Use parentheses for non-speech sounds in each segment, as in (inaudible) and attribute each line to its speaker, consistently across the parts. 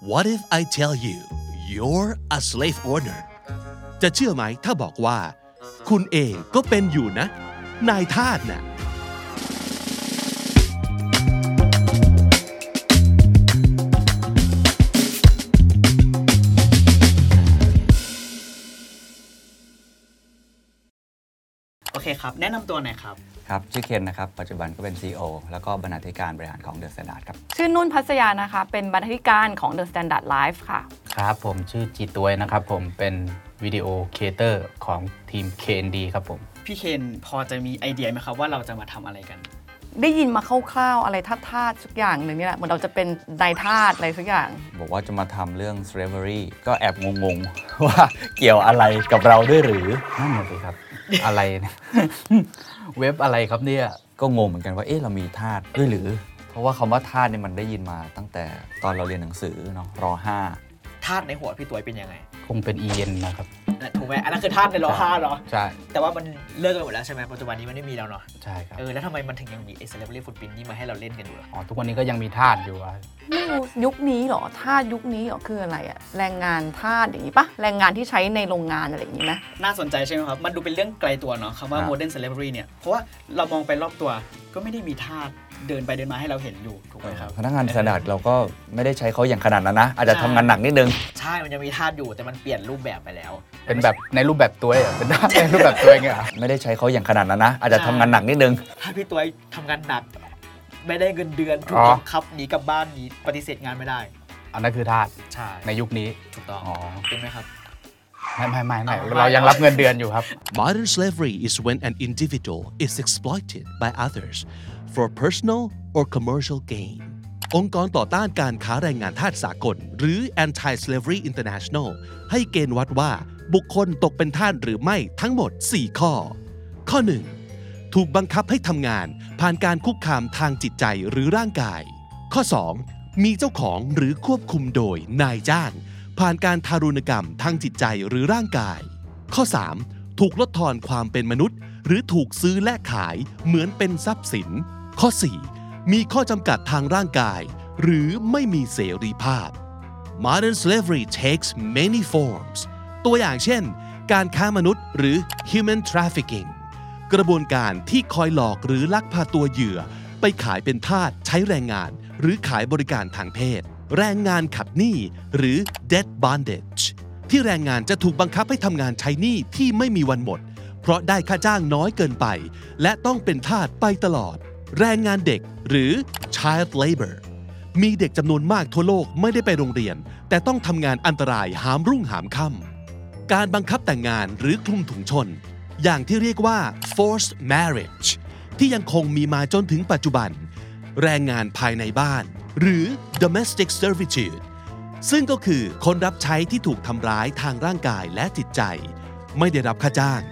Speaker 1: What if I tell you you're a slave owner จะเชื่อไหมถ้าบอกว่า คุณเองก็เป็นอยู่นะ นายทาสน่ะ
Speaker 2: โอเคครับ แนะนำตัวหน่อยครับ
Speaker 3: ครับ ชื่อเคนนะครับ ปัจจุบันก็เป็น CEO แล้วก็บรรณาธิการบริหารของเดอะสแตนดาร์ดครับ
Speaker 4: ชื่อนุ่นพัสยานะคะ เป็นบรรณาธิการของ The Standard Life ค่ะ
Speaker 5: ครับผมชื่อจีตวยนะครับ ผมเป็นวิดีโอเคเตอร์ของทีม KND ครับผม
Speaker 2: พี่เคนพอจะมีไอเดียไหมครับว่าเราจะมาทำอะไรกัน
Speaker 4: ได้ยินมาคร่าวๆอะไรท่าทาสๆสักอย่างหนึ่งเนี่ยแหละเหมือนเราจะเป็นนายทาสอะไรสักอย่าง
Speaker 3: บอกว่าจะมาทำเรื่อง slavery ก็แอบงงๆ (laughs) ว่าเกี่ยวอะไรกับเราด้วยหรือ
Speaker 5: นั่นน่ะสิครับ อะไรเนี่ย (laughs) เว็บอะไรครับเนี่ย
Speaker 3: ก็งงเหมือนกันว่า เอ๊ะ เรามีทาสด้วยหรือ เพราะว่าคำว่าทาสเนี่ยมันได้ยินมาตั้งแต่ตอนเราเรียนหนังสือเนาะรห้า
Speaker 2: ธาตุในหัวพี่ตัวยเป็นยังไง
Speaker 5: คงเป็น EN นะครับ
Speaker 2: อ่ะถูกไหมอันนั้นคือธาตุในโลหะเหรอ
Speaker 5: ใช่
Speaker 2: แต่ว่ามันเลิกกันหมดแล้วใช่ไหมปัจจุบันนี้มันไม่มีแล้วเนาะ
Speaker 5: ใช่ครับ
Speaker 2: เออ แล้วทำไมมันถึงยังมีเอเซเลบรีฟุตปินนี่มาให้เราเล่นกันอยู่ล่ะ
Speaker 5: อ๋อทุกวันนี้ก็ยังมีทาสอยู่อะ
Speaker 4: ไม่รู้ยุคนี้เหรอทาสยุคนี้เหรอคืออะไรอะแรงงานทาสอย่างนี้ปะแรงงานที่ใช้ในโรงงานอะไรอย่างนี้ไหม
Speaker 2: น่าสนใจใช่ไหมครับ มันดูเป็นเรื่องไกลตัวเนาะคำว่าโมเดิร์นเซเลบรีเนี่ย เพราะว่าเรามองไปรอบตัวก็ไม่ได้มีธาตุเดินไปเดินมาให้เราเห็นอยู่ถูกไหมครับ
Speaker 3: พนักงานสแตนด (laughs) าร์ดเราก็ไม่ได้ใช้เขาอย่างขนาดนั้นนะ อาจจะ
Speaker 2: ใช่
Speaker 3: ทำงานหนักนิดนึง
Speaker 2: ใช่ มันยังมีธาตุอยู่แต่มันเปลี่ยนรูปแบบไปแล้ว
Speaker 5: เป็นแบบในรูปแบบตัวเองอะเป็นทาสในรูปแบบตัวเองอะ
Speaker 3: ไม่ได้ใช้เขาอย่างขนาดนั้นนะ อาจจะทำงานหนักนิดนึง
Speaker 2: ถ้าพี่ตัวทำงานหนัก ไม่ได้เงินเดือนถูก
Speaker 5: อ๋อ
Speaker 2: บังคับหนีกลับบ้านหนีปฏิเสธงานไม่ได้
Speaker 5: อันนั้นคือทาส
Speaker 2: ใช่
Speaker 5: ในยุคนี้
Speaker 2: ถูกต้อง
Speaker 5: อ๋อ
Speaker 2: เป็นไหมครับ
Speaker 5: ไม่ไม่ไม่ไม่
Speaker 2: เอาไม่
Speaker 5: เรายังรับเงินเดือนอยู่ครับ
Speaker 1: Modern slavery is when an individual is exploited by others for personal or commercial gain องค์กรต่อต้านการค้าแรงงานทาสสากล หรือ Anti-Slavery International ให้เกณฑ์วัดว่าบุคคลตกเป็นทาสหรือไม่ทั้งหมด 4 ข้อ ข้อ 1. ถูกบังคับให้ทำงานผ่านการคุกคามทางจิตใจหรือร่างกาย ข้อ 2. มีเจ้าของหรือควบคุมโดยนายจ้าง ผ่านการทารุณกรรมทางจิตใจหรือร่างกาย ข้อ 3. ถูกลดทอนความเป็นมนุษย์ หรือถูกซื้อและขายเหมือนเป็นทรัพย์สิน ข้อ 4. มีข้อจำกัดทางร่างกาย หรือไม่มีเสรีภาพ Modern slavery takes many forms ตัวอย่างเช่น การค้ามนุษย์หรือ human trafficking กระบวนการที่คอยหลอกหรือลักพาตัวเหยื่อ ไปขายเป็นทาสใช้แรงงาน หรือขายบริการทางเพศ แรงงานขัดหนี้หรือ debt bondage ที่แรงงานจะถูกบังคับให้ทำงานใช้หนี้ที่ไม่มีวันหมด เพราะได้ค่าจ้างน้อยเกินไป และต้องเป็นทาสไปตลอด แรงงานเด็กหรือ child labor มีเด็กจำนวนมากทั่วโลกไม่ได้ไปโรงเรียน แต่ต้องทำงานอันตรายหามรุ่งหามค่ำการบังคับแต่งงานหรือคลุมถุงชน อย่างที่เรียกว่า forced marriage ที่ยังคงมีมาจนถึงปัจจุบัน แรงงานภายในบ้าน หรือ domestic servitude ซึ่งก็คือคนรับใช้ที่ถูกทำร้ายทางร่างกายและจิตใจ ไม่ได้รับค่าจ้าง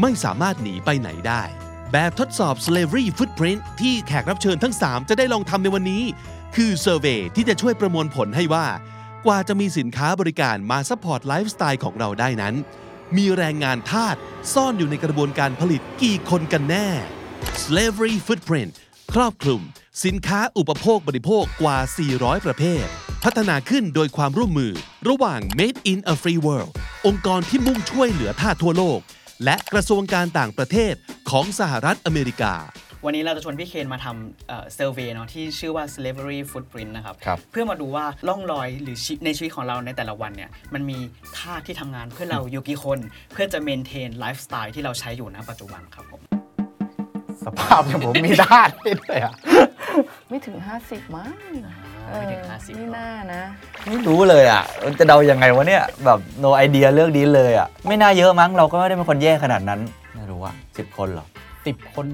Speaker 1: ไม่สามารถหนีไปไหนได้ แบบทดสอบ slavery footprint ที่แขกรับเชิญทั้ง 3 จะได้ลองทำในวันนี้ คือเซอร์เวยที่จะช่วยประมวลผลให้ว่า กว่าจะมีสินค้าบริการมาซัพพอร์ตไลฟ์สไตล์ของเราได้นั้น มีแรงงานทาสซ่อนอยู่ในกระบวนการผลิตกี่คนกันแน่ Slavery Footprint ครอบคลุม สินค้าอุปโภคบริโภคกว่า 400 ประเภท พัฒนาขึ้นโดยความร่วมมือระหว่าง Made in a Free World องค์กรที่มุ่งช่วยเหลือทาสทั่วโลก และกระทรวงการต่างประเทศของสหรัฐอเมริกา
Speaker 2: วันนี้เราจะชวนพี่เคนมาทำเซอร์เวยเนาะที่ชื่อว่า slavery footprint นะครับ
Speaker 3: ครับ
Speaker 2: เพื่อมาดูว่าร่องรอยหรือชีในชีวิตของเราในแต่ละวันเนี่ยมันมีท่าสที่ทำงานเพื่อเราอยู่กี่คน เพื่อจะเมนเทนไลฟ์สไตล์ที่เราใช้อยู่ณปัจจุบันครับผม
Speaker 5: สภาพอย่างผมมีทาสได้ด้วยอะ
Speaker 4: ไม่ถึง 50 มั้ง
Speaker 2: อ่าไม่ถึง
Speaker 4: เออ
Speaker 2: ห้าสิบ
Speaker 4: ไม่น่านะ
Speaker 3: ไม่รู้เลยอ่ะ จะเดายังไงวะเนี่ย แบบ no idea เรื่องนี้เลยอ่ะ ไม่น่าเยอะมั้ง เราก็ไม่ได้เป็นคนแย่ขนาดนั้น ไม่รู้อ่ะสิบคนเหรอ
Speaker 5: สิบคน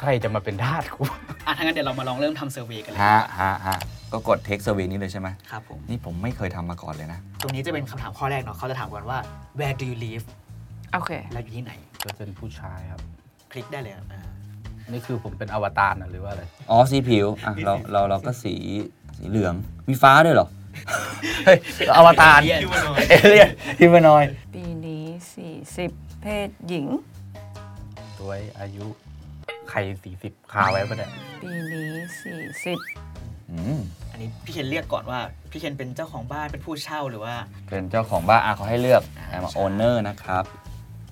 Speaker 5: ใครจะมาเป็นทาสกู
Speaker 2: อ่ะถ้างั้นเดี๋ยวเรามาลองเริ่มทำเซอร์เวยกันเลย
Speaker 3: ฮะฮะฮะก็กด take survey นี้เลยใช่ไหม
Speaker 2: ครับผม
Speaker 3: นี่ผมไม่เคยทำมาก่อนเลยนะ
Speaker 2: ตรงนี้จะเป็นคำถามข้อแรกเนาะเขาจะถามก่อนว่า where do you live
Speaker 4: โอเค
Speaker 2: เราอยู่ที่ไหน
Speaker 5: จะเป็นผู้ชายครับ
Speaker 2: คลิกได้เลยครับอ่า
Speaker 5: นี่คือผมเป็นอวตารน่ะหรือว่าอะไร
Speaker 3: อ๋อ สีผิว อ่ะ เรา เรา เราก็สี สีเหลือง มีฟ้าด้วยเหรอ เฮ้ย อวตาร
Speaker 2: เรียนอยู่หน่อย
Speaker 3: เอเลียนฮิมานอย
Speaker 4: ปีนี้ 40 เพศหญิง
Speaker 5: ตัวยอายุใคร40 คาไว้ปะเนี่ย
Speaker 4: ปีนี้ 40
Speaker 3: อืม
Speaker 2: อันนี้พี่เคนเรียกก่อนว่าพี่เคนเป็นเจ้าของบ้านเป็นผู้เช่าหรือว่า
Speaker 3: เป็นเจ้าของบ้านอ่ะเขาให้เลือก
Speaker 2: อ่า
Speaker 3: มาโอนเนอร์นะครับ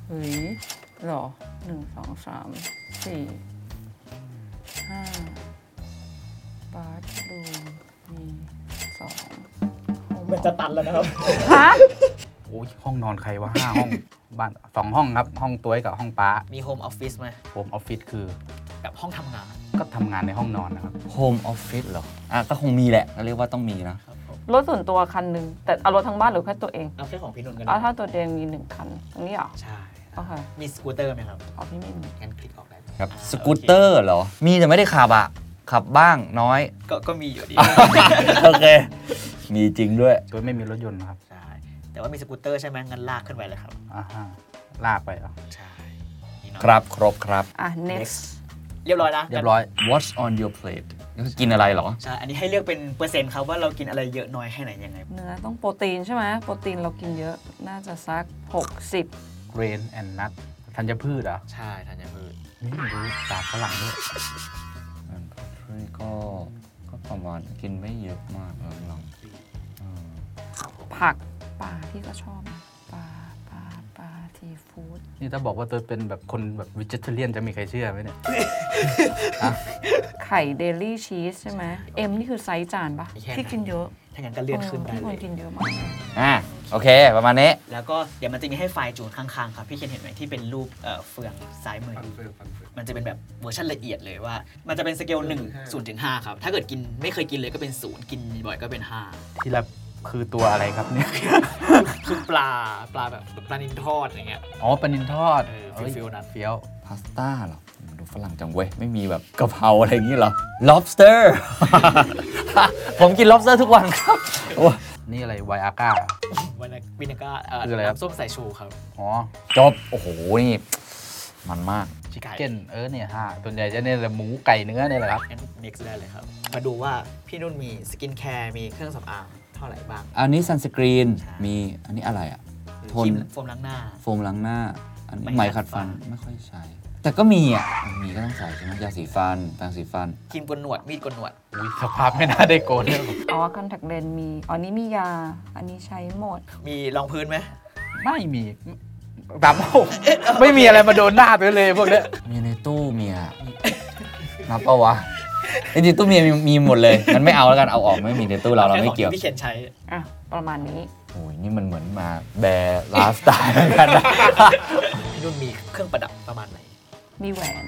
Speaker 4: เฮ้ยหรอหนึ่งสองสามสี่ห้าบาร์รูมมีสอง
Speaker 2: เหมือนจะตัดแล้วนะครับ
Speaker 4: ฮะ
Speaker 5: โอ้ยห้องนอนใครวะห้าห้อง บ้านสองห้องครับ ห้องตัวยกับห้องป้า
Speaker 2: มีโฮมออฟฟิศไหม
Speaker 5: ผมออฟฟิศคือ
Speaker 2: แบบห้องทำงาน
Speaker 5: ก็ทำงานในห้องนอนนะครับ
Speaker 3: โฮมออฟฟิศเหรอ อ่ะก็คงมีแหละก็เรียกว่าต้องมีนะ
Speaker 2: ครับผม
Speaker 4: รถส่วนตัวคันหนึ่งแต่เอารถทั้งบ้านหรือแค่ตัวเอง
Speaker 2: เอาแค่ของพี่นนท์กัน
Speaker 4: เอาถ้าตัวเองมีหนึ่งคันตรงนี้เหรอ
Speaker 2: ใช่
Speaker 4: โอเค
Speaker 2: มีสกูตเตอร์ไหมครับ
Speaker 4: เอาพี่ไม่มี
Speaker 2: งั้นคลิกออกได้
Speaker 3: ครับ
Speaker 2: อ่า
Speaker 3: สกูตเตอร์เหรอ มีแต่ไม่ได้ขับอะขับบ้างน้อย
Speaker 2: โอเคก็ก็มีอยู่ดี
Speaker 3: โอเค (laughs) มีจริงด้วย
Speaker 5: ตัวไม่มีรถยนต์นะครับ
Speaker 2: ใช่แต่ว่ามีสกูตเตอร์ใช่ไหมงั้นลากขึ้นไปเลยครับ
Speaker 5: อ่าฮะลากไปเหรอ
Speaker 2: ใช่นี่เนาะ
Speaker 3: ครับครบครับ
Speaker 4: อ่ะ next
Speaker 3: next
Speaker 2: เรียบร้อยนะ
Speaker 3: เรียบร้อย what's on your plate ก็คือกินอะไรเหรอ
Speaker 2: ใช่ อันนี้ให้เลือกเป็นเปอร์เซ็นต์ครับว่าเรากินอะไรเยอะน้อยแค่ไหนยังไง
Speaker 4: เนื้อต้องโปรตีนใช่ไหมโปรตีนเรากินเยอะน่าจะสัก 60
Speaker 5: เกรนแอนนัทธัญพืชเหรอ
Speaker 2: ใช่ทันยพืช
Speaker 5: นี่รู้ตากฝรั่งด้วย
Speaker 3: and poultry ก็ก็ประมาณกินไม่เยอะมากหลังๆอืม
Speaker 4: ผักปลาพี่ก็ชอบนะปลาปลาปลาทีฟู้ด
Speaker 5: นี่ถ้าบอกว่าตัวเป็นแบบคนแบบวิจิตเลียนจะมีใครเชื่อไหมเนี่ย
Speaker 4: ไข่เดลี่ชีสใช่ไหมเอ็มนี่คือไซส์จานปะพี่กินเยอะ
Speaker 2: ถ้างั้นก็เลื่อนขึ้นได้
Speaker 4: พี่ค
Speaker 2: เล
Speaker 4: น
Speaker 2: ย
Speaker 4: กินเยอะมาก
Speaker 3: อ่ะโอเค ประมาณนี้
Speaker 2: แล้วก็เดี๋ยวมันจะมีให้ไฟล์จูนข้างๆครับ พี่เคนเห็นไหมที่เป็นรูปเอ่อเฟืองซ้ายมือ มันจะเป็นแบบเวอร์ชันละเอียดเลยว่า มันจะเป็นสเกล1 0ถึง5ครับ ถ้าเกิดกินไม่เคยกินเลยก็เป็น 0 กินบ่อยก็เป็น 5
Speaker 5: ที่ละคือตัวอะไรครับเนี่ย
Speaker 2: คือปลาปลาแบบปลานินทอดอย่างเงี้ย
Speaker 5: อ๋อปลานินทอด
Speaker 2: เออ
Speaker 5: เอ้ย
Speaker 2: ฟิลๆนั้น
Speaker 5: เฟี้ยว
Speaker 3: พาสต้าเหรอมันดูฝรั่งจังเว้ย ไม่มีแบบกะเพราอะไรอย่างนี้เหรอ lobster (laughs) ผมกิน lobster ทุกวันครับโอ้ย
Speaker 5: นี่อะไรไวอาก้า
Speaker 2: วานาวินาก้าเอ่อ
Speaker 5: คืออะไรครับ
Speaker 2: น้ำส้มสายชูครับ
Speaker 5: อ๋อ
Speaker 3: จบ โอ้โห นี่ มันมาก
Speaker 5: ชิคเก้นเออเนี่ยฮะส่วนใหญ่จะเนี่ยแหละหมูไก่เนื้อเนี่ยแหละครับ
Speaker 2: งั้น next ได้เลยครับ มาดูว่าพี่นุ่นมีสกินแคร์มีเครื่องสำอางเท่าไหร่บ้าง
Speaker 3: อันนี้ซันสกรีน
Speaker 2: ใช่
Speaker 3: มีอันนี้อะไรอ่ะ
Speaker 2: หรือ
Speaker 3: ท
Speaker 2: ครี
Speaker 3: น
Speaker 2: มโฟมล้างหน้า
Speaker 3: โฟมล้างหน้า อันนี้
Speaker 2: ไห
Speaker 3: ไห
Speaker 2: ม
Speaker 3: ม
Speaker 2: ขั
Speaker 3: ขั
Speaker 2: ด
Speaker 3: ด
Speaker 2: ฟั
Speaker 3: ฟั
Speaker 2: น
Speaker 3: นไม่ค่อยใช้ แต่ก็มีอ่ะ มีก็ต้องใส่ใช่ไหมยาสีฟัน แปรงสีฟัน
Speaker 2: ครีมกนหนวด มีดกนหนวด
Speaker 5: อุ๊ยสภาพไม่น่าได้โกนเลย
Speaker 4: อ๋อคอนแทคเลนส์มีอ๋อนี่มียา อันนี้ใช้หมด
Speaker 2: มีรองพื้นไหม
Speaker 5: ไม่มีดำโอ้ไม่มีอะไรมาโดนหน้าไปเลยพวกเนี้ย
Speaker 3: มีในตู้เมียนับปะวะจริงๆตู้เมียมีมีหมดเลยมันไม่เอาแล้วกัน เอาออกไม่มีในตู้เราเราไม่เกี่ยว
Speaker 2: พี่เขียนใช้
Speaker 4: อ่ะ ประมาณนี้
Speaker 3: โอ้ยนี่มันเหมือนมาแบร์ไลฟ์สไตล์เหมือนกันนะ
Speaker 2: พี่นุ่นมีเครื่องประดับประมาณไหน
Speaker 4: มีแหวน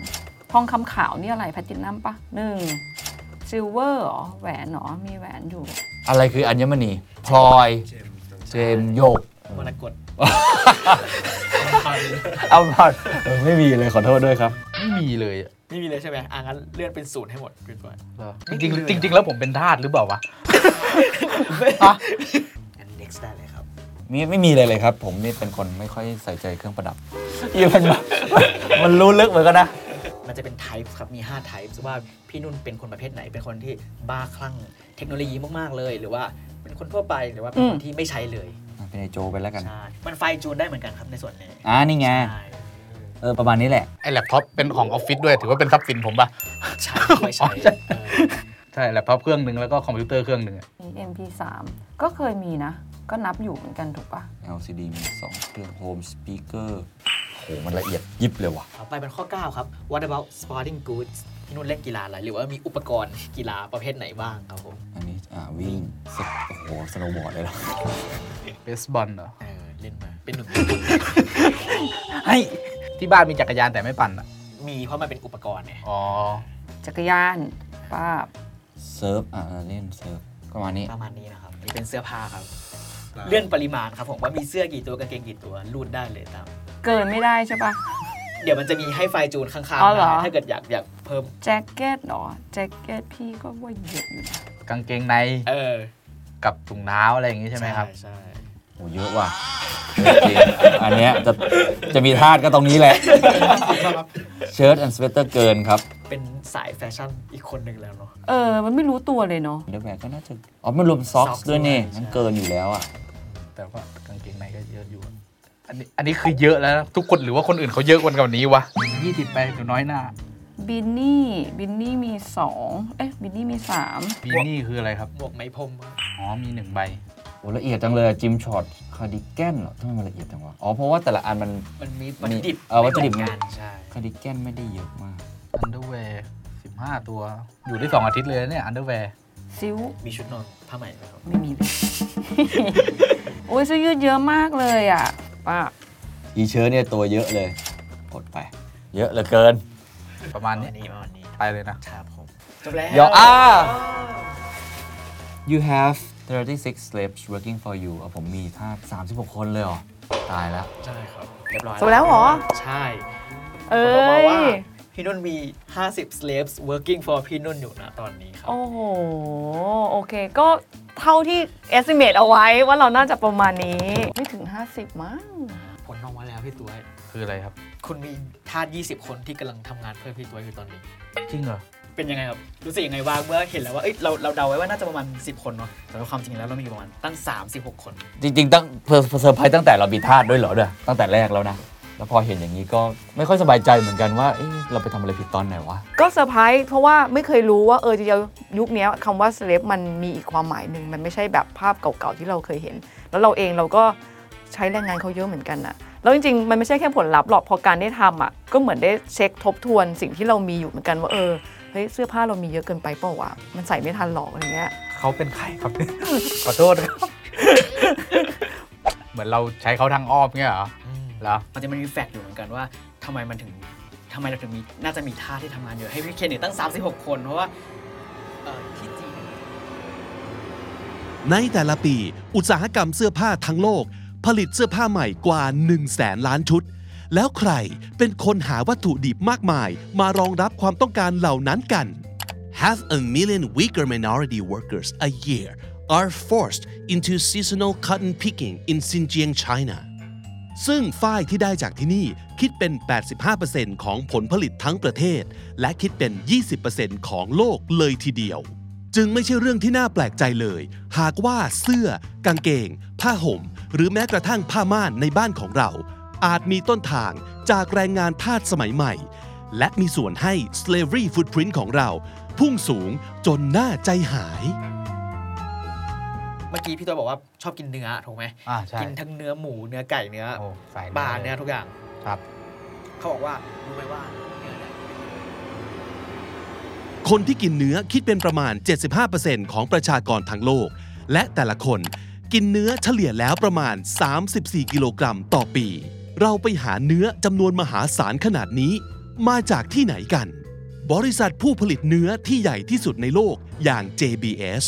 Speaker 4: ทองคำขาวนี่อะไรแพลตินัมปะหนึ่งซิลเวอร์หรอ แหวนหรอ มีแหวนอยู่
Speaker 3: อะไรคืออัญมณีพลอย เจมส์โยก
Speaker 2: มร (laughs) กต
Speaker 3: เอาพลอยเออไม่มีเลยขอโทษด้วยครับ
Speaker 5: ไม่มีเลยอะ
Speaker 2: ไม่มีเลยใช่ไหมอ่ะงั้นเลื่อนเป็นศูนย์ให้หมดเป็นก่อน
Speaker 5: เหรอ
Speaker 2: ไม่
Speaker 5: จ
Speaker 2: มี
Speaker 5: ริง
Speaker 2: เลย
Speaker 5: ๆจริง ๆ แล้วผมเป็นทาสหรือเปล่าวะ
Speaker 2: งั้น next ได้เลยครับ
Speaker 3: นี่ไม่มีเลยเลยครับ ผมนี่เป็นคนไม่ค่อยใส่ใจเครื่องประดับอีมัน (laughs) แบบมันรู้ลึกเหมือนกันนะ
Speaker 2: มันจะเป็น type ครับ มี 5 type ว่าพี่นุ่นเป็นคนประเภทไหน เป็นคนที่บ้าคลั่งเทคโนโลยีมาก ๆ เลย หรือว่าเป็นคนทั่วไป หรือว่าเป็นคนที่ไม่ใช้เลย
Speaker 3: อ่ะเป็นไอโจไปแล้วกัน
Speaker 2: ใช่ มันไฟจูนได้เหมือนกันครับในส่วนนี้
Speaker 3: อ่านี่ไง
Speaker 2: ใช่
Speaker 3: เออ ประมาณนี้แหละ
Speaker 5: ไอ้แล็ปท็อปเป็นของออฟฟิศด้วยถือว่าเป็นทรัพย์สินผมปะ
Speaker 2: ใช่ไม่
Speaker 3: (laughs)
Speaker 2: ใช้เออ
Speaker 5: ใช่แล็ปท็อปเครื่องหนึ่งแล้วก็คอมพิวเตอร์เครื่องหนึ่งอะ
Speaker 4: มี MP3 ก็เคยมีนะ ก็นับอยู่เหมือนกันถูกปะ
Speaker 3: LCD มี2เครื่อง Home Speaker โหมันละเอียดยิบเลยว่ะ
Speaker 2: ต่อไปเป็นข้อ 9 ครับ what about sporting goods พี่นุ่นเล่นกีฬาอะไร หรือว่ามีอุปกรณ์กีฬาประเภทไหนบ้างครับผม
Speaker 3: อันนี้ อ่า วิ่งสเก็ตโอ้โห สโนว์บอร์ดเลยเหรอ
Speaker 5: เบสบอลเหรอ
Speaker 2: เออ เล่นมา เป็นหนึ่ง
Speaker 3: เฮ้ย
Speaker 5: ที่บ้านมีจักรยานแต่ไม่ปั่นอ่ะ
Speaker 2: มีเพราะมันเป็นอุปกรณ์เนี่ย
Speaker 5: อ๋อ
Speaker 4: จักรยานป้าบ
Speaker 3: เซิร์ฟ อ่าเล่นเซิร์ฟประมาณนี้
Speaker 2: ประมาณนี้นะครับอันนี้เป็นเสื้อผ้าครับ เลื่อนปริมาณครับผมว่ามีเสื้อกี่ตัวกางเกงกี่ตัวรูดได้เลยตาม
Speaker 4: เกินไม่ได้ใช่ปะ
Speaker 2: เดี๋ยวมันจะมีให้ไฟล์จูนข้าง
Speaker 4: อ๋อ
Speaker 2: ๆ
Speaker 4: เหรอ
Speaker 2: นะถ้าเกิดอยากอยากเพิ่ม
Speaker 4: แจ็คเก็ตหรอ แจ็คเก็ตพี่ก็ว่าเยอะอยู่นะ
Speaker 5: กางเกงใน
Speaker 2: เออ
Speaker 5: กับถุงเท้าอะไรอย่างงี้ใช่ไหมครับ
Speaker 2: ใช่
Speaker 3: โอ้เยอะว่ะเยอะจริงอันเนี้ยจะจะมีธาตุก็ตรงนี้แหละ เชิ้ตอันสเวตเตอร์เกินครับ
Speaker 2: เป็นสายแฟชั่นอีกคนหนึ่งแล้วเนาะ
Speaker 4: เออ มันไม่รู้ตัวเลยเนาะ
Speaker 3: เดแวร์ก็น่าจะ อ๋อ มันรวมซ็อก
Speaker 2: Socks
Speaker 3: ส์ด้วยนี่
Speaker 2: ด้วยใช่
Speaker 3: มันเกินอยู่แล้วอ่ะ
Speaker 5: แต่ว่ากางเกงในก็เยอะอยู่อะอันนี้อันนี้คือเยอะแล้วนะทุกคนหรือว่าคนอื่นเขาเยอะกว่านี้วะยี่สิบไปหรือน้อยหน้า
Speaker 4: บินนี่บินนี่มีสองเอ๊ะบินนี่มีสาม
Speaker 5: บีนี่คืออะไรครับ
Speaker 2: หมวกไหมพรม
Speaker 5: อ๋อ มีหนึ่งใบ
Speaker 3: โอ้ละเอียดจังเลยจิมช็อตคาร์ดิแกนเหรอทำไมมันละเอียดจังวะ อ๋อ เพราะว่าแต่ละอันมัน
Speaker 2: มันมีวัตถุดิบ
Speaker 3: เออวัตถุดิบ
Speaker 2: ไม่เหมือนกันใช่
Speaker 3: คาร์ดิแกนไม่ได้เยอะมาก
Speaker 5: อันเดอร์แวร์สิบห้าตัว อยู่ได้สองอาทิตย์เลยนะเนี่ย อันเดอร์แวร์
Speaker 4: ซิว
Speaker 2: มีชุดนอนผ้าไหมไหมครับ
Speaker 4: ไม่มีเลย โอ้ยเสื้อยืดเยอะมากเลยอ่ะป้า
Speaker 3: อีเชิ้ตเนี่ยตัวเยอะเลย กดไป เยอะเหลือเกิน
Speaker 5: ประมาณ
Speaker 2: อัน
Speaker 5: นี้
Speaker 2: นี้ประมาณนี้
Speaker 5: ไปเลยนะ
Speaker 2: ครับผมจบแล้ว
Speaker 3: เดี๋ยวอ่า you have 36 slaves working for you อ่ะผมมีท่าส36 คนเลยเหรอ ตายแล้ว
Speaker 2: ใช่ครับ เรียบร้อย
Speaker 4: จบแล้วเหรอ
Speaker 2: ใช่
Speaker 4: เอ้
Speaker 2: เขาบอกว่าย พี่นุ่นมี 50 slaves working for พี่นุ่นอยู่นะตอนนี้ครับ
Speaker 4: โอ้โห โอเค ก็เท่าที่ estimate เอาไว้ว่าเราน่าจะประมาณนี้ ไม่ถึง 50 มั้ง
Speaker 2: ผลออกมาแล้วพี่ตัว
Speaker 5: คืออะไรครับ
Speaker 2: คุณมีทาส20 คนที่กำลังทำงานเพื่อพี่ตัวอยู่ตอนนี้
Speaker 5: จริงเหรอ
Speaker 2: เป็นยังไงครับ รู้สึกยังไงบ้างเมื่อเห็นแล้วว่าเอ้ยเราเราเดาไว้ว่าน่าจะประมาณ 10 คนเนาะแต่ว่าความจริงแล้วเรามีประมาณตั้ง 36 คน
Speaker 3: จริง ๆ ตั้งเซอร์ไพรส์ตั้งแต่เรามีทาสด้วยเหรอเด้อตั้งแต่แรกแล้วนะ แล้วพอเห็นอย่างนี้ก็ไม่ค่อยสบายใจเหมือนกันว่า เอ๊ะเราไปทำอะไรผิดตอนไหนวะ
Speaker 4: ก็เซอร์ไพรส์เพราะว่าไม่เคยรู้ว่าเออจริงๆยุคเนี้ยคำว่าเซเลบมันมีอีกความหมายหนึ่ง มันไม่ใช่แบบภาพเก่าๆที่เราเคยเห็น แล้วเราเองเราก็ใช้แรงงานเขาเยอะเหมือนกันน่ะ แล้วจริงๆ มันไม่ใช่แค่ผลลัพธ์หรอกพอการได้ทำอ่ะก็เหมือนได้เช็คทบทวนสิ่งที่เรามีอยู่เหมือนกันว่าเออเฮ้ยเสื้อผ้าเรามีเยอะเกินไปเปล่าวะมันใส่ไม่ทันหรอกอะไรเงี้ย
Speaker 5: เขาเป็นใครครับ (laughs) ขอโทษครับ เหมือนเราใช้เขาทางอ้อมเงี้ยเหรอเหรอ
Speaker 2: มันจะมันมีแฟกต์อยู่เหมือนกันว่าทำไมมันถึงทำไมเราถึงมีน่าจะมีท่าที่ทำงานเยอะให้พี่เคนเนี่ยตั้ง 36 คนเพราะว่าเอ่อที่จริง
Speaker 1: ในแต่ละปี อุตสาหกรรมเสื้อผ้าทั้งโลก ผลิตเสื้อผ้าใหม่กว่า 1 0 0 0 0แสนล้านชุด แล้วใครเป็นคนหาวัตถุดิบมากมาย มารองรับความต้องการเหล่านั้นกัน Half a million Uyghur minority workers a year are forced into seasonal cotton picking in Xinjiang, China ซึ่งฝ้ายที่ได้จากที่นี่คิดเป็น 85%ของผลผลิตทั้งประเทศ และคิดเป็น 20%ของโลกเลยทีเดียว จึงไม่ใช่เรื่องที่น่าแปลกใจเลย หากว่าเสื้อ กางเกง ผ้าห่ม หรือแม้กระทั่งผ้าม่านในบ้านของเรา อาจมีต้นทางจากแรงงานทาสสมัยใหม่ และมีส่วนให้ slavery footprint ของเรา พุ่งสูงจนน่าใจหาย
Speaker 2: เมื่อกี้พี่ตัวบอกว่าชอบกินเนื้อถูกไหม
Speaker 5: อ่าใช่
Speaker 2: กินทั้งเนื้อหมูเนื้อไก่เนื้อ
Speaker 5: โอ้สาย
Speaker 2: ปลาเนื้อทุกอย่าง
Speaker 5: ครับ
Speaker 2: เขาบอกว่า รู้ไหมว่าเนื้อเนี่ย
Speaker 1: คนที่กินเนื้อคิดเป็นประมาณ 75%ของประชากรทั้งโลก และแต่ละคนกินเนื้อเฉลี่ยแล้วประมาณ 34 กิโลกรัมต่อปี เราไปหาเนื้อจำนวนมหาศาลขนาดนี้ มาจากที่ไหนกัน บริษัทผู้ผลิตเนื้อที่ใหญ่ที่สุดในโลกอย่าง JBS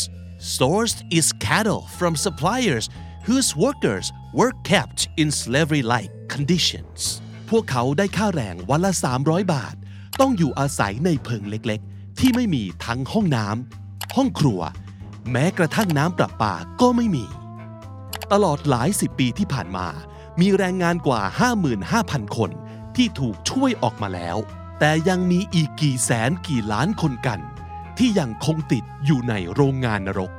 Speaker 1: sourced its cattle from suppliers whose workers were kept in slavery-like conditions พวกเขาได้ค่าแรงวันละ 300 บาท ต้องอยู่อาศัยในเพิงเล็กๆ ที่ไม่มีทั้งห้องน้ำห้องครัว แม้กระทั่งน้ำประปาก็ไม่มี ตลอดหลายสิบปีที่ผ่านมา มีแรงงานกว่า 55,000 คนที่ถูกช่วยออกมาแล้ว แต่ยังมีอีกกี่แสนกี่ล้านคนกัน ที่ยังคงติดอยู่ในโรงงานนรก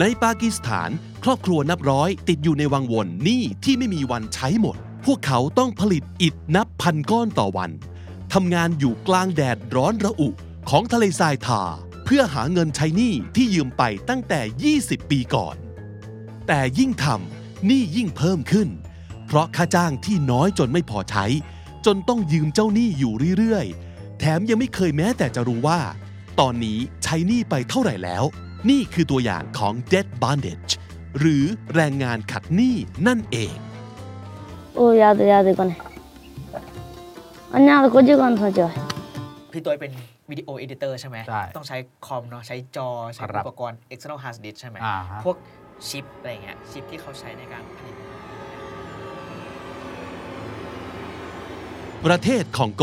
Speaker 1: ในปากีสถาน ครอบครัวนับร้อย ติดอยู่ในวังวนหนี้ที่ไม่มีวันใช้หมด พวกเขาต้องผลิตอิฐนับพันก้อนต่อวัน ทำงานอยู่กลางแดดร้อนระอุของทะเลทรายทา เพื่อหาเงินใช้หนี้ที่ยืมไปตั้งแต่ 20 ปีก่อน แต่ยิ่งทำหนี้ยิ่งเพิ่มขึ้น เพราะค่าจ้างที่น้อยจนไม่พอใช้ จนต้องยืมเจ้าหนี้อยู่เรื่อยๆ แถมยังไม่เคยแม้แต่จะรู้ว่า ตอนนี้ใช้หนี้ไปเท่าไหร่แล้ว นี่คือตัวอย่างของ debt bondage หรือแรงงานขัดหนี้นั่นเอง
Speaker 6: ओ याद याद कौन है अन्य को जी कौन था जो है
Speaker 2: พี่ตัวเป็นวิดีโอเอดิเตอร์ใช่ไหม
Speaker 5: ใช่
Speaker 2: ต้องใช้คอมเนาะใช้จอ ใช้
Speaker 5: ครับ
Speaker 2: อุปกรณ์ external hard disk ใช่ไหม
Speaker 5: อ่าฮะ
Speaker 2: พวกชิปอะไรเงี้ยชิปที่เขาใช้ในการผลิต
Speaker 1: ประเทศของโก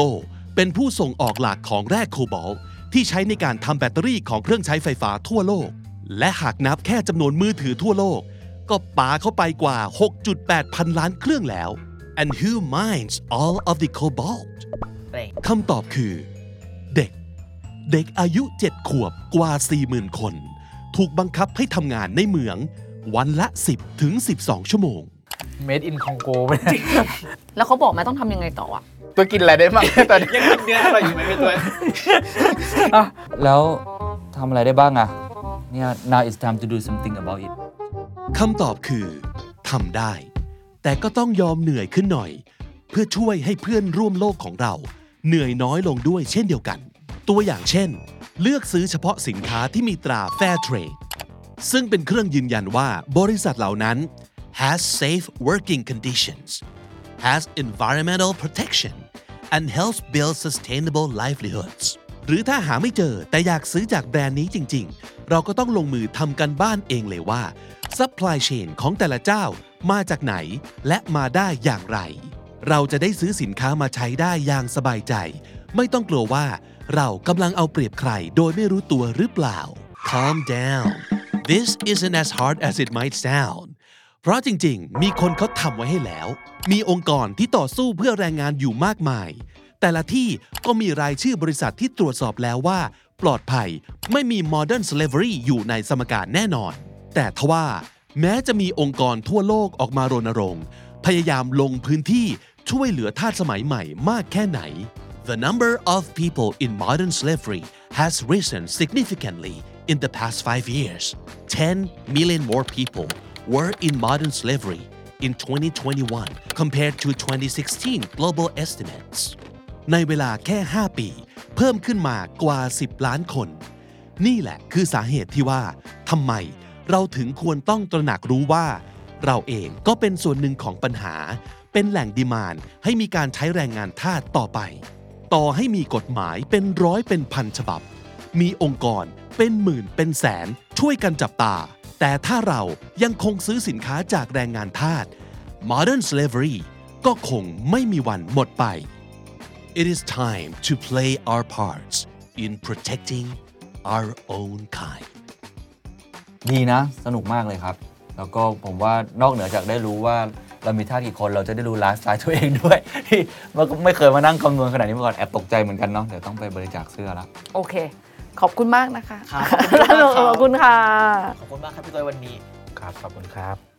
Speaker 1: เป็นผู้ส่งออกหลักของแร่โคบอลต์ที่ใช้ในการทำแบตเตอรี่ของเครื่องใช้ไฟฟ้าทั่วโลก และหากนับแค่จำนวนมือถือทั่วโลก ก็ปาเข้าไปกว่า 6.8 พันล้านเครื่องแล้ว and who mines all of the cobalt
Speaker 2: อะไรอย่างเงี้ย
Speaker 1: คำตอบคือ เด็ก เด็กอายุ 7 ขวบกว่า 40,000 คน ถูกบังคับให้ทำงานในเหมือง วันละ 10ถึง12 ชั่วโมง
Speaker 5: เมดอินคองโกไป (laughs)
Speaker 4: แล้วเขาบอกไหมาต้องทำยังไงต่ออะ
Speaker 7: ตัวกินอะไรได้บ้างตอนนี้
Speaker 2: ยังกินเนื้ออร่อยอยู่ไหมพี่ตัว
Speaker 3: อ่ะแล้วทำอะไรได้บ้างอ่ะเนี่ย now it's time to do something about it
Speaker 1: คำตอบคือทำได้ แต่ก็ต้องยอมเหนื่อยขึ้นหน่อย เพื่อช่วยให้เพื่อนร่วมโลกของเรา เหนื่อยน้อยลงด้วยเช่นเดียวกัน ตัวอย่างเช่น เลือกซื้อเฉพาะสินค้าที่มีตรา Fair Trade ซึ่งเป็นเครื่องยืนยันว่าบริษัทเหล่านั้น has safe working conditions has environmental protection and helps build sustainable livelihoods หรือถ้าหาไม่เจอแต่อยากซื้อจากแบรนด์นี้จริง ๆ เราก็ต้องลงมือทำกันบ้านเองเลยว่า supply chain ของแต่ละเจ้ามาจากไหนและมาได้อย่างไร เราจะได้ซื้อสินค้ามาใช้ได้อย่างสบายใจ ไม่ต้องกลัวว่าเรากำลังเอาเปรียบใครโดยไม่รู้ตัวหรือเปล่า calm down this isn't as hard as it might sound เพราะจริงๆ มีคนเขาทำไว้ให้แล้ว มีองค์กรที่ต่อสู้เพื่อแรงงานอยู่มากมาย แต่ละที่ก็มีรายชื่อบริษัทที่ตรวจสอบแล้วว่า ปลอดภัยไม่มี modern slavery อยู่ในสมการแน่นอน แต่ทว่า แม้จะมีองค์กรทั่วโลกออกมารณรงค์ พยายามลงพื้นที่ช่วยเหลือทาสสมัยใหม่มากแค่ไหน The number of people in modern slavery has risen significantly in the past five years. 10 million more people were in modern slavery in 2021 compared to 2016 global estimates. ในเวลาแค่ 5 ปี เพิ่มขึ้นมากว่า 10 ล้านคน นี่แหละคือสาเหตุที่ว่าทำไมเราถึงควรต้องตระหนักรู้ว่า เราเองก็เป็นส่วนหนึ่งของปัญหา เป็นแหล่งดีมานด์ให้มีการใช้แรงงานทาสต่อไป ต่อให้มีกฎหมายเป็นร้อยเป็นพันฉบับ มีองค์กรเป็นหมื่นเป็นแสนช่วยกันจับตา แต่ถ้าเรายังคงซื้อสินค้าจากแรงงานทาส modern slavery ก็คงไม่มีวันหมดไป it is time to play our parts in protecting our own kind
Speaker 3: ดีนะ สนุกมากเลยครับ แล้วก็ผมว่านอกเหนือจากได้รู้ว่าเรามีท่าสกี่คนเราจะได้รู้ไลฟ์สไตล์ตัวเองด้วย (laughs) ที่มันก็ไม่เคยมานั่งคำนวณขนาดนี้มาก่อน แอบตกใจเหมือนกันเนาะเดี๋ยวต้องไปบริจาคเสื้อละ
Speaker 4: โอเค ขอบคุณมากนะคะ
Speaker 2: ครับขอบคุณมากครับ
Speaker 4: ขอบ
Speaker 2: ขอบ
Speaker 4: คุณค่ะ
Speaker 2: คุณมากครับพี่ตัววันนี้
Speaker 5: ครับ ขอบคุณครับ